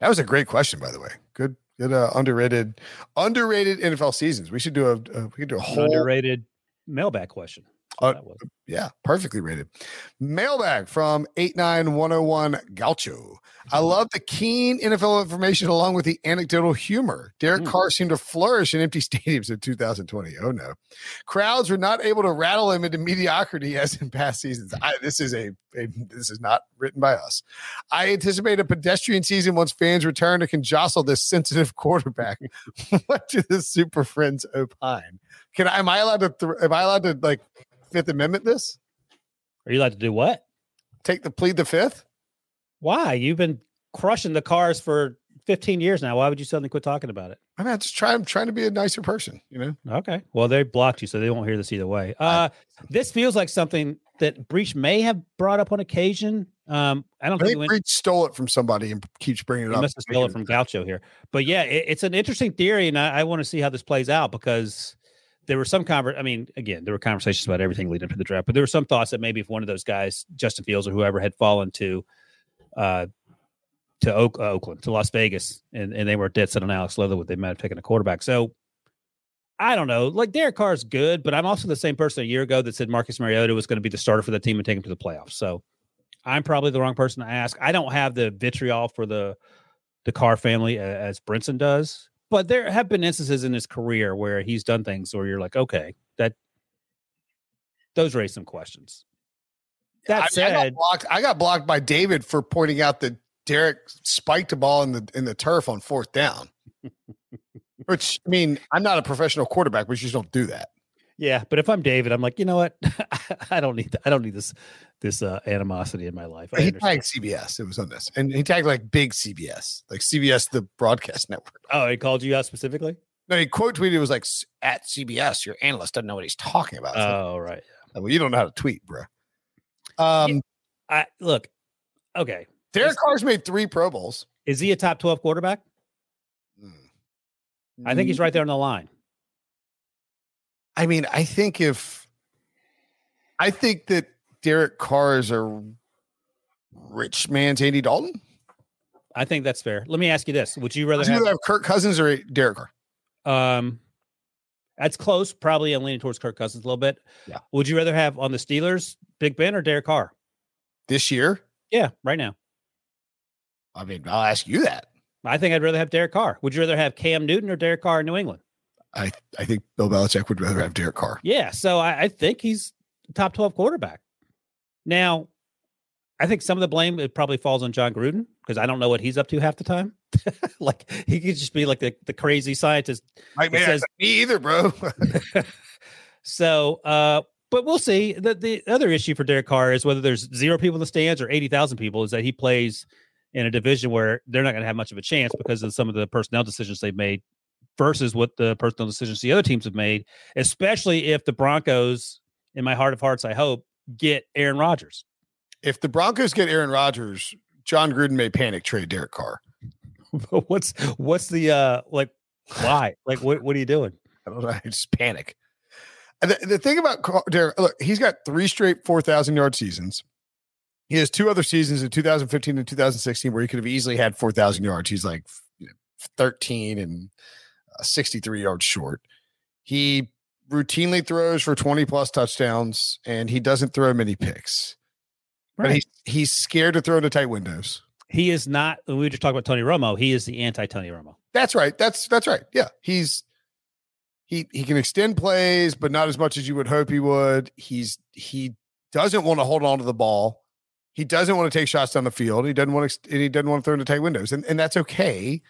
That was a great question, by the way. Good, good uh, underrated, underrated NFL seasons. We should do a uh, we could do a An whole underrated mailbag question. Uh, That was. yeah, perfectly rated. Mailbag from 89101 Gaucho. I love the keen NFL information along with the anecdotal humor. Derek Mm. Carr seemed to flourish in empty stadiums in 2020. Oh no. Crowds were not able to rattle him into mediocrity as in past seasons. I, this is a, a this is not written by us. I anticipate a pedestrian season once fans return and can jostle this sensitive quarterback. what do the super friends opine? Can I am I allowed to th- am I allowed to like Fifth Amendment this? Are you allowed to do what? Take the plead the fifth? Why? You've been crushing the cars for 15 years now. Why would you suddenly quit talking about it? I mean, I just try. I'm trying to be a nicer person, you know. Okay. Well, they blocked you, so they won't hear this either way. Uh, this feels like something that Breach may have brought up on occasion. Um, I don't I think it think went Breed stole it from somebody and keeps bringing it He up. must have stolen from Gaucho here. But yeah, it, it's an interesting theory, and I, I want to see how this plays out because there were some conver- I mean, again, there were conversations about everything leading up to the draft, but there were some thoughts that maybe if one of those guys, Justin Fields or whoever, had fallen to, uh, to Oak, uh, Oakland, to Las Vegas, and, and they were dead set on Alex Leatherwood, they might have taken a quarterback. So I don't know. Like Derek Carr's good, but I'm also the same person a year ago that said Marcus Mariota was going to be the starter for the team and take him to the playoffs. So I'm probably the wrong person to ask. I don't have the vitriol for the the Carr family a- as Brinson does, but there have been instances in his career where he's done things where you're like, okay, that those raise some questions. That I, said, I got blocked. I got blocked by David for pointing out that Derek spiked a ball in the in the turf on fourth down. Which I mean, I'm not a professional quarterback, but you just don't do that. Yeah, but if I'm David, I'm like, you know what? I don't need I don't need this this uh, animosity in my life. I he understand. tagged CBS. It was on this, and he tagged like big CBS, like CBS, the broadcast network. oh, he called you out specifically. No, he quote tweeted. It was like "S- at CBS. Your analyst doesn't know what he's talking about. It's Oh, right. like, well, you don't know how to tweet, bro. Um, I look. Okay, Derek Carr's made three Pro Bowls. is he a top twelve quarterback? I think he's right there on the line. I mean, I think if I think that Derek Carr is a rich man's Andy Dalton. I think that's fair. Let me ask you this: Would you rather Would you rather have? have Kirk Cousins or Derek Carr? Um, that's close. Probably, I'm leaning towards Kirk Cousins a little bit. Yeah. Would you rather have on the Steelers Big Ben or Derek Carr? This year, Yeah, right now, I mean, I'll ask you that. I think I'd rather have Derek Carr. Would you rather have Cam Newton or Derek Carr in New England? I I think Bill Belichick would rather have Derek Carr. Yeah, so I, I think he's top twelve quarterback. Now, I think some of the blame it probably falls on John Gruden because I don't know what he's up to half the time. like he could just be like the, the crazy scientist. Like, It man, says- me either, bro. So, uh, but we'll see. The the other issue for Derek Carr is whether there's zero people in the stands or eighty thousand people is that he plays in a division where they're not going to have much of a chance because of some of the personnel decisions they've made versus what the personnel decisions the other teams have made, especially if the Broncos, in my heart of hearts, I hope, get Aaron Rodgers. if the Broncos get Aaron Rodgers, John Gruden may panic trade Derek Carr. But what's what's the uh like why like what what are you doing I don't know. I just panic. And The, the thing about Carr, Derek, look, he's got three straight 4,000 yard seasons. He has two other seasons in 2015 and 2016 where he could have easily had 4,000 yards. He's like you know, 13 and uh, 63 yards short. He routinely throws for 20 plus touchdowns and he doesn't throw many picks. But Right. he's, he's scared to throw into tight windows. he is not we were just talked about tony romo he is the anti-tony romo That's right. That's that's right. Yeah, he's he he can extend plays, but not as much as you would hope he would. He's he doesn't want to hold on to the ball. He doesn't want to take shots down the field. He doesn't want to and he doesn't want to throw into tight windows, and and that's okay.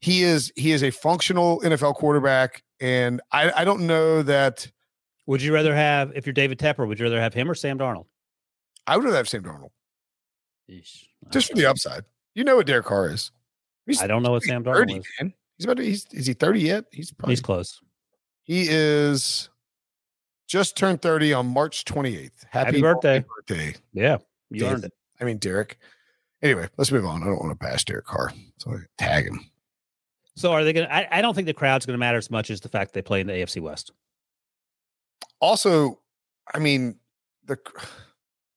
He is he is a functional NFL quarterback, and I I don't know that would you rather have if you're david tepper would you rather have him or sam darnold I would rather have Sam Darnold just for the upside. You know what Derek Carr is? He's i don't know what sam darnold thirty, is man. He's about to, he's is he thirty yet? He's probably he's close He is just turned 30 on March 28th. Happy birthday. birthday. yeah you David. earned it I mean, Derek. Anyway, let's move on. I don't want to bash Derek Carr. So I tag him. so are they gonna I, I don't think the crowd's gonna matter as much as the fact they play in the afc west Also, I mean, the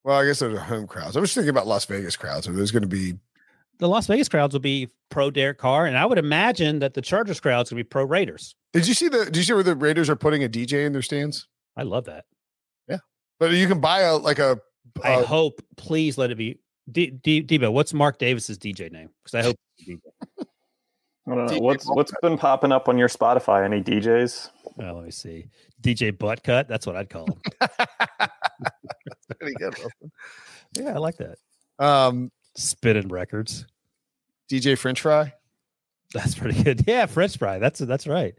well, I guess those are home crowds. I was thinking about Las Vegas crowds. Are those going to be? the las vegas crowds will be pro derek carr and i would imagine that the chargers crowds will be pro raiders Did you see the? Did you see where the Raiders are putting a DJ in their stands? i love that But you can buy a like a. i uh, hope please let it be D, D, debo what's mark davis's dj name because i hope I don't know. DJ What's what's been popping up on your Spotify? Any DJs? Oh, let me see. DJ butt cut. That's what I'd call him. pretty good one. yeah, I like that. um, Spitting records. DJ French Fry. That's pretty good. Yeah, French fry. That's that's right.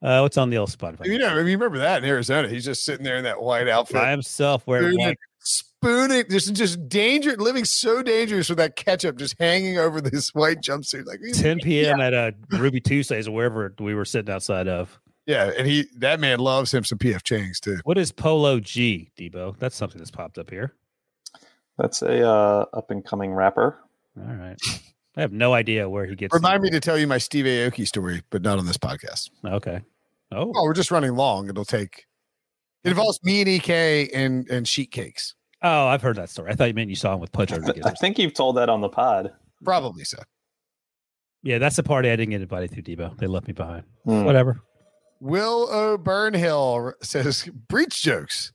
Uh, what's on the old Spotify? You know, I mean, you remember that in Arizona? He's just sitting there in that white outfit. By himself wearing Dude, white. spooning. This is just danger, living so dangerous with that ketchup just hanging over this white jumpsuit. Like, 10 p.m. at uh, Ruby Tuesdays or wherever we were sitting outside of. yeah, and he that man loves him some PF Chang's too. What is Polo G, Debo? That's something that's popped up here. That's a uh, up and coming rapper. All right. I have no idea where he gets. Remind me to tell you my Steve Aoki story, but not on this podcast. Okay. Oh, Oh, we're just running long. It'll take. It involves me and EK and and sheet cakes. oh, I've heard that story. I thought you meant you saw him with Pudge I together. I think you've told that on the pod. Probably so. Yeah, that's the party I didn't get invited to, Debo. They left me behind. Hmm. Whatever. Will O'Burnhill says breach jokes.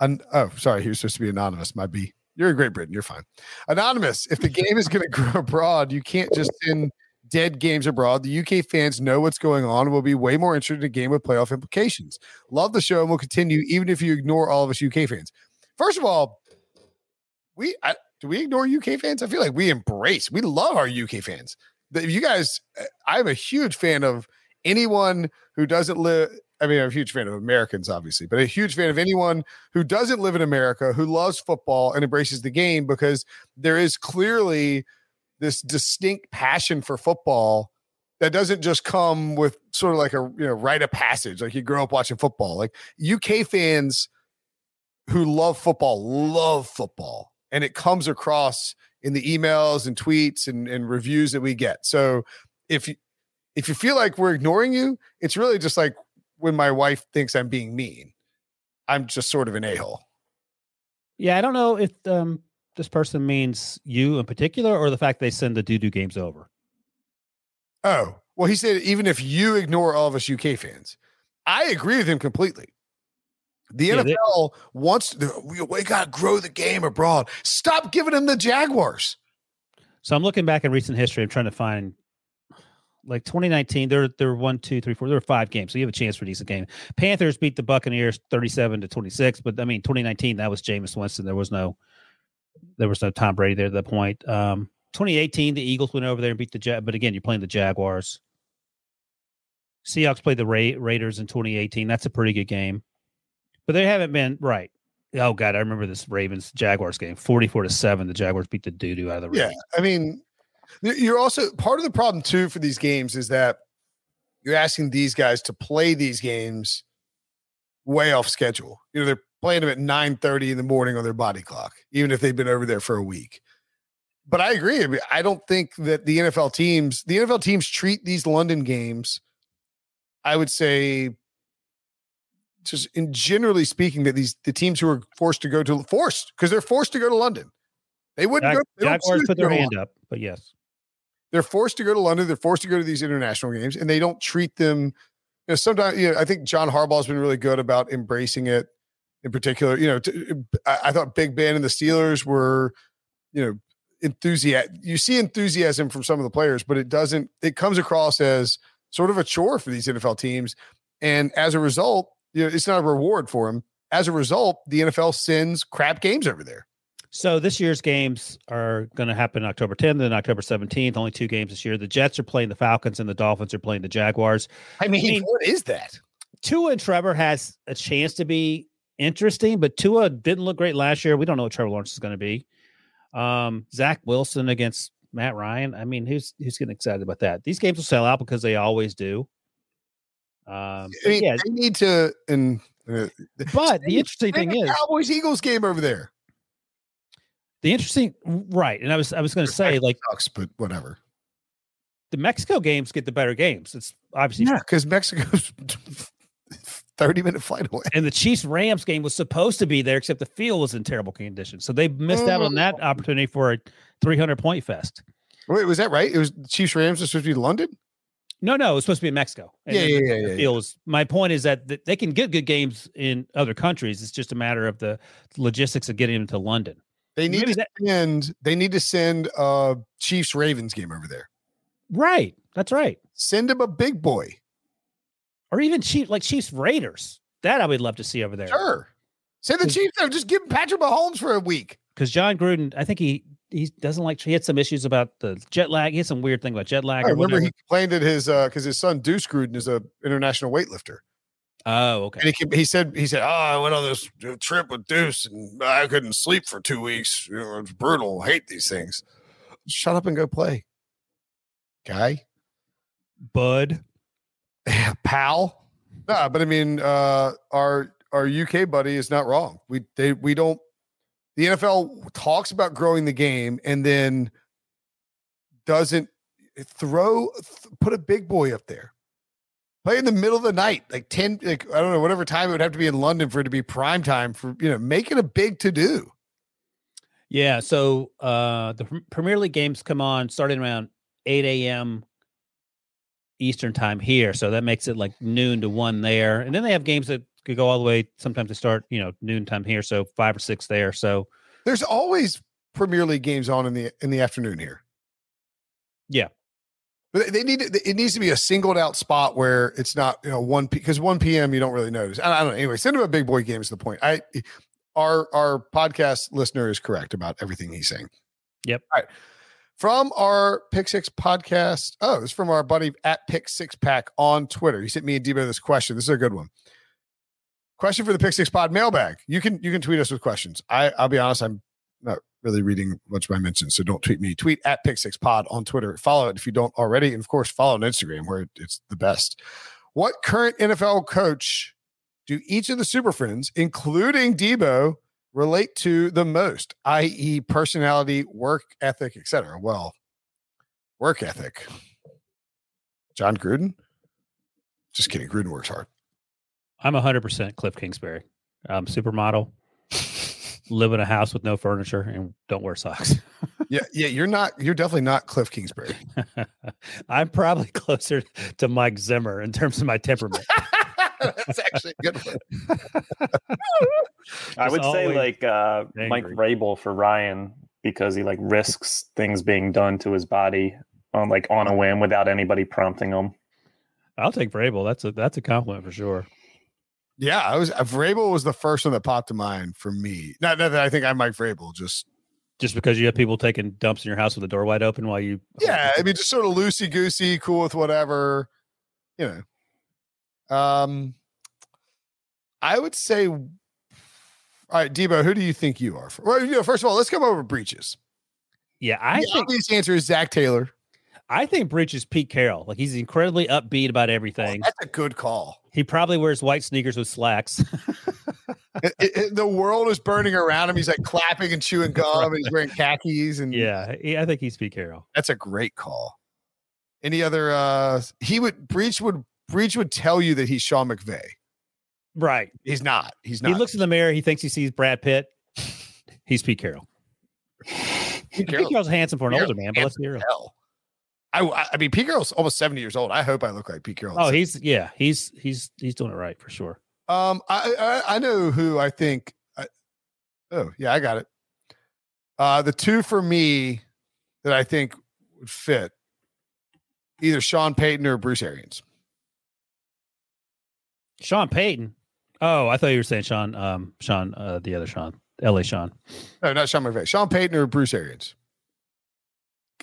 And oh, sorry, he was supposed to be anonymous. My B. You're in Great Britain. You're fine. Anonymous. If the game is going to grow abroad, you can't just send dead games abroad. The UK fans know what's going on and will be way more interested in a game with playoff implications. Love the show and will continue even if you ignore all of us UK fans. First of all, we I, do we ignore UK fans? I feel like we embrace. We love our UK fans. The, you guys, eh, I'm a huge fan of anyone who doesn't live. I mean, I'm a huge fan of Americans, obviously, but a huge fan of anyone who doesn't live in America, who loves football and embraces the game because there is clearly this distinct passion for football that doesn't just come with sort of like a you know rite of passage like you grow up watching football like uk fans who love football love football and it comes across in the emails and tweets and, and reviews that we get so if you if you feel like we're ignoring you it's really just like when my wife thinks i'm being mean i'm just sort of an a-hole Yeah, I don't know if um, this person means you in particular or the fact they send the doo doo games over. Oh, well, he said even if you ignore all of us UK fans, I agree with him completely. The Yeah, they- NFL wants to, we, we got to grow the game abroad. Stop giving them the Jaguars. So I'm looking back in recent history. I'm trying to find like 2019. There, there were one, two, three, four. There were five games, so you have a chance for a decent game. Panthers beat the Buccaneers 37 to 26, but I mean 2019 that was Jameis Winston. There was no, there was no Tom Brady there at that point. Um, 2018 the Eagles went over there and beat the Jag, but again you're playing the Jaguars. Seahawks played the Ra- Raiders in 2018. That's a pretty good game, but they haven't been right. Oh God, I remember this Ravens Jaguars game, 44 to seven. The Jaguars beat the doo doo out of the Ravens. Yeah. I mean, you're also part of the problem, too, for these games is that you're asking these guys to play these games way off schedule. You know, they're playing them at 9 30 in the morning on their body clock, even if they've been over there for a week. But I agree. I, mean, I don't think that the NFL teams, the NFL teams treat these London games, I would say, just in generally speaking, that these the teams who are forced to go to forced because they're forced to go to London. They wouldn't Jag- go. They don't Jaguars choose put to go their to hand up, but yes. they're forced to go to London. They're forced to go to these international games, and they don't treat them. You know, sometimes you know, I think John Harbaugh's been really good about embracing it. In particular, you know, t- I I thought Big Ben and the Steelers were, you know, enthusiastic. You see enthusiasm from some of the players, but it doesn't. It comes across as sort of a chore for these NFL teams, and as a result, you know, it's not a reward for them. As a result, the NFL sends crap games over there. So this year's games are going to happen October 10th and October 17th. Only two games this year. The Jets are playing the Falcons and the Dolphins are playing the Jaguars. I mean, mean- what is that? Tua and Trevor has a chance to be interesting, but Tua didn't look great last year. We don't know what Trevor Lawrence is going to be. Um, Zach Wilson against Matt Ryan. I mean, who's who's getting excited about that? These games will sell out because they always do. Um, I mean, yeah, they need to and. uh, but the interesting Bring thing the is Cowboys Eagles game over there. the interesting right, and I was I was going to say like. Sucks, but whatever. the Mexico games get the better games. It's obviously Yeah, because Mexico's thirty minute flight away. and the Chiefs Rams game was supposed to be there, except the field was in terrible condition. So they missed out Mm-hmm. on that opportunity for a 300 point fest. Wait, was that right? It was Chiefs Rams was supposed to be London. No, no, it was supposed to be in Mexico. And Yeah, then yeah, the yeah, yeah, yeah. Field was, my point is that th- they can get good games in other countries. It's just a matter of the logistics of getting them to London. They need Maybe to that- send. They need to send a Chiefs Ravens game over there. Right. That's right. Send him a big boy. Or even Chief, like Chiefs Raiders. That I would love to see over there. Sure. Send the Chiefs. There. Just give Patrick Mahomes for a week. because John Gruden, I think he he doesn't like he had some issues about the jet lag. He had some weird thing about jet lag. I or remember whatever. he complained that his because his son Deuce Gruden is a international weightlifter. oh, okay. And he, came- he said, he said, oh, I went on this trip with Deuce and I couldn't sleep for two weeks. You know, It's brutal. I hate these things. Shut up and go play. Guy, Bud. pal. Nah, but I mean, uh, our, our UK buddy is not wrong. We, they, we don't, the NFL talks about growing the game and then doesn't throw, th- put a big boy up there. Play in the middle of the night, like 10, like I don't know, whatever time it would have to be in London for it to be prime time for, you know, make it a big to do. Yeah. So uh the Prem- Premier League games come on starting around 8 a.m. Eastern time here. So that makes it like noon to one there. And then they have games that could go all the way. Sometimes they start, you know, noon time here. So five or six there. So There's always Premier League games on in the in the afternoon here. Yeah. But they- they need to- it needs to be a singled out spot where it's not you know one because one p.m. you don't really notice. I, I don't know. Anyway, send him a big boy game is the point. I our our podcast listener is correct about everything he's saying. Yep. All right. From our Pick Six podcast. Oh, it's from our buddy at Pick Six Pack on Twitter. He sent me and Debo this question. This is a good one. Question for the Pick Six Pod mailbag. You can you can tweet us with questions. I I'll be honest. I'm not really reading much of my mentions, so don't tweet me. Tweet at Pick Six Pod on Twitter. Follow it if you don't already, and of course follow on Instagram where it's the best. What current NFL coach do each of the super friends, including Debo, relate to the most, i.e., personality, work ethic, etc.? Well, work ethic. John Gruden. Just kidding. Gruden works hard. I'm 100% Cliff Kingsbury. I'm supermodel, live in a house with no furniture, and don't wear socks. Yeah, yeah. You're not. You're definitely not Cliff Kingsbury. I'm probably closer to Mike Zimmer in terms of my temperament. That's actually a good one. I Just would say always like uh, Mike angry. Rabel for Ryan because he like risks things being done to his body on like on a whim without anybody prompting him. I'll take Vrabel. That's a that's a compliment for sure. Yeah, I was. uh, Vrabel was the first one that popped to mind for me. Not, not that I think I'm Mike Vrabel. Just Just because you have people taking dumps in your house with the door wide open while you um, yeah, I mean, just sort of loosey goosey, cool with whatever, you know. Um, I would say, all right, Debo, who do you think you are? Well, you know, first of all, let's come over breaches. yeah. I the think obvious answer is Zach Taylor. I think Breach is Pete Carroll. Like he's incredibly upbeat about everything. That's Mm-hmm. a good call. He probably wears white sneakers with slacks. It- it- it- the world is burning around him. He's like clapping and chewing gum, and he's wearing khakis. And yeah, he- I think he's Pete Carroll. That's a great call. Any other uh he would Breach would Breach would tell you that he's Sean McVay. Right. He's not. He's not. He looks in the mirror. He thinks he sees Brad Pitt. He's Pete Carroll. Pete Pete Carroll Carroll's handsome for an Yeah, older man, but let's be real. hell. I, I- I mean Pete Carroll's almost 70 years old. I hope I look like Pete Carroll. Oh, he's yeah, he's he's he's doing it right for sure. um I, I I know who I think I, Oh, yeah, I got it. Uh the two for me that I think would fit either Sean Payton or Bruce Arians. Sean Payton. Oh, I thought you were saying Sean, um, Sean, uh, the other Sean, LA Sean. No, not Sean McVay. Sean Payton or Bruce Arians.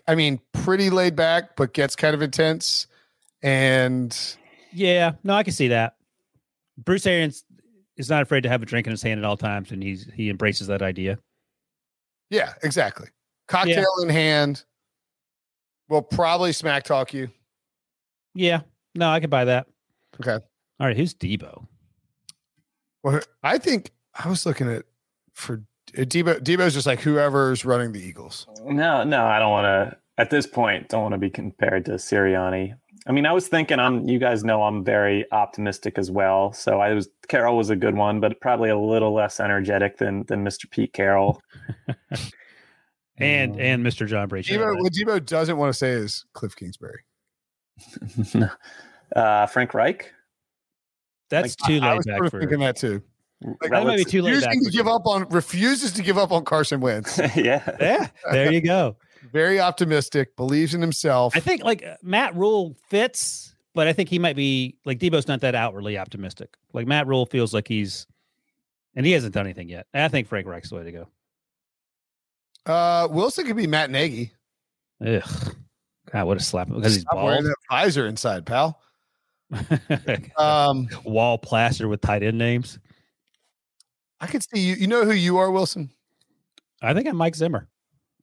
I mean, pretty laid back, but gets kind of intense. And Yeah, no, I can see that. Bruce Arians is not afraid to have a drink in his hand at all times, and he's he embraces that idea. yeah, exactly. Cocktail in hand. Will probably smack talk you. Yeah, no, I can buy that. Okay. All right, who's Debo? Well, I think I was looking at for uh, Debo. Debo's just like whoever's running the Eagles. No, no, I don't want to. At this point, don't want to be compared to Sirianni. I mean, I was thinking I'm. You guys know I'm very optimistic as well. So I was. Carroll was a good one, but probably a little less energetic than than Mr. Pete Carroll. And and Mr. John Brady. Um, Debo, what Debo doesn't want to say is Cliff Kingsbury. uh, Frank Reich. That's I- too I laid was back sort of for. thinking that too. Like, That might be Relative- too laid back. Refusing to for give Debo. up on refuses to give up on Carson Wentz. yeah. Yeah, there you go. Very optimistic, believes in himself. I think like uh, Matt Rule fits, but I think he might be like Debo's not that outwardly optimistic. Like Matt Rule feels like he's, and he hasn't done anything yet. And I think Frank Reich's the way to go. Uh, Wilson could be Matt Nagy. Ugh, God, what a slap because he's Stop wearing bald. that visor inside, pal. Um, Wall plaster with tight end names. I could see you. You know who you are, Wilson? I think I'm Mike Zimmer.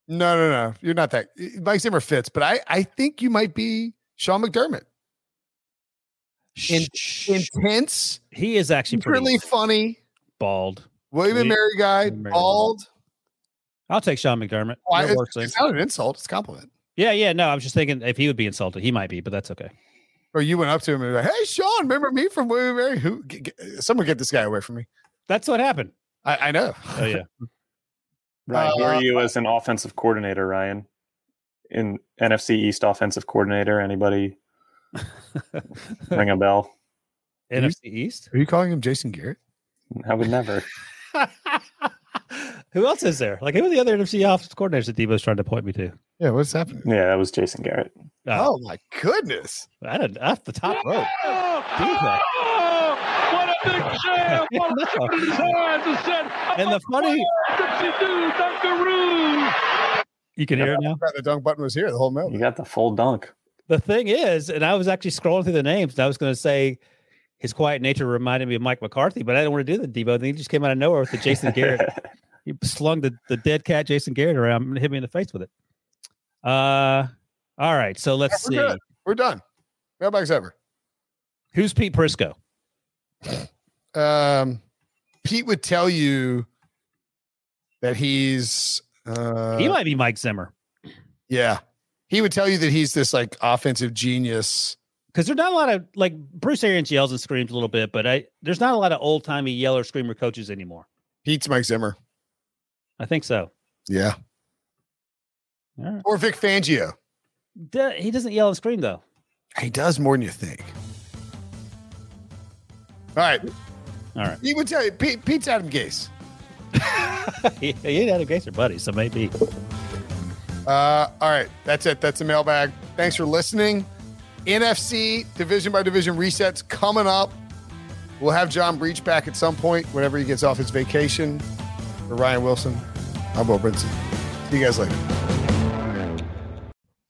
No, no, no. You're not that. Mike Zimmer fits, but I, I think you might be Sean McDermott. In- Shh. Intense, he is actually pretty really funny. bald. William and William- Mary guy, William and Mary. bald. I'll take Sean McDermott. Why- No worse things. It's not an insult. It's a compliment. yeah, yeah. No, I was just thinking if he would be insulted, he might be, but that's okay. Or you went up to him and were like, "Hey, Sean, remember me from William and Mary? Who? G- g- someone get this guy away from me. That's what happened. I, I know. Oh yeah. Right. Who Uh, are you as an offensive coordinator, Ryan? In NFC East offensive coordinator, anybody ring a bell? NFC East. Are you calling him Jason Garrett? I would never. Who else is there? Like, who are the other NFC offensive coordinators that Debo's trying to point me to? Yeah, what's happening? Yeah, that was Jason Garrett. Uh, Oh my goodness! I don't off the top rope. Oh, what a big jam! What a No. his hands and said, And the funny, "Did you do, Dunkaroos?" you can hear it now. The dunk button was here the whole You Oh. moment. got the full dunk. The thing is, and I was actually scrolling through the names, and I was going to say his quiet nature reminded me of Mike McCarthy, but I didn't want to do the Debo. Then he just came out of nowhere with the Jason Garrett. he slung the, the dead cat Jason Garrett around and hit me in the face with it. Uh, all right. So let's Yeah, we're see. good. We're done. Mailbag's over. Who's Pete Prisco? Um, Pete would tell you that he's. Uh, he might be Mike Zimmer yeah, he would tell you that he's this like offensive genius. because there's not a lot of like Bruce Arians yells and screams a little bit, but I there's not a lot of old timey yeller screamer coaches anymore. Pete's Mike Zimmer. I think so. Yeah, All right. or Vic Fangio. D- he doesn't yell and scream though. He does more than you think. All right. All right. He would tell you Pete, Pete's Adam Gase. he, he had a gangster buddy, so maybe. Uh, all right, that's it. That's the mailbag. Thanks for listening. NFC division by division resets coming up. We'll have John Breach back at some point whenever he gets off his vacation. For Ryan Wilson, I'm Will Brinson. See you guys later.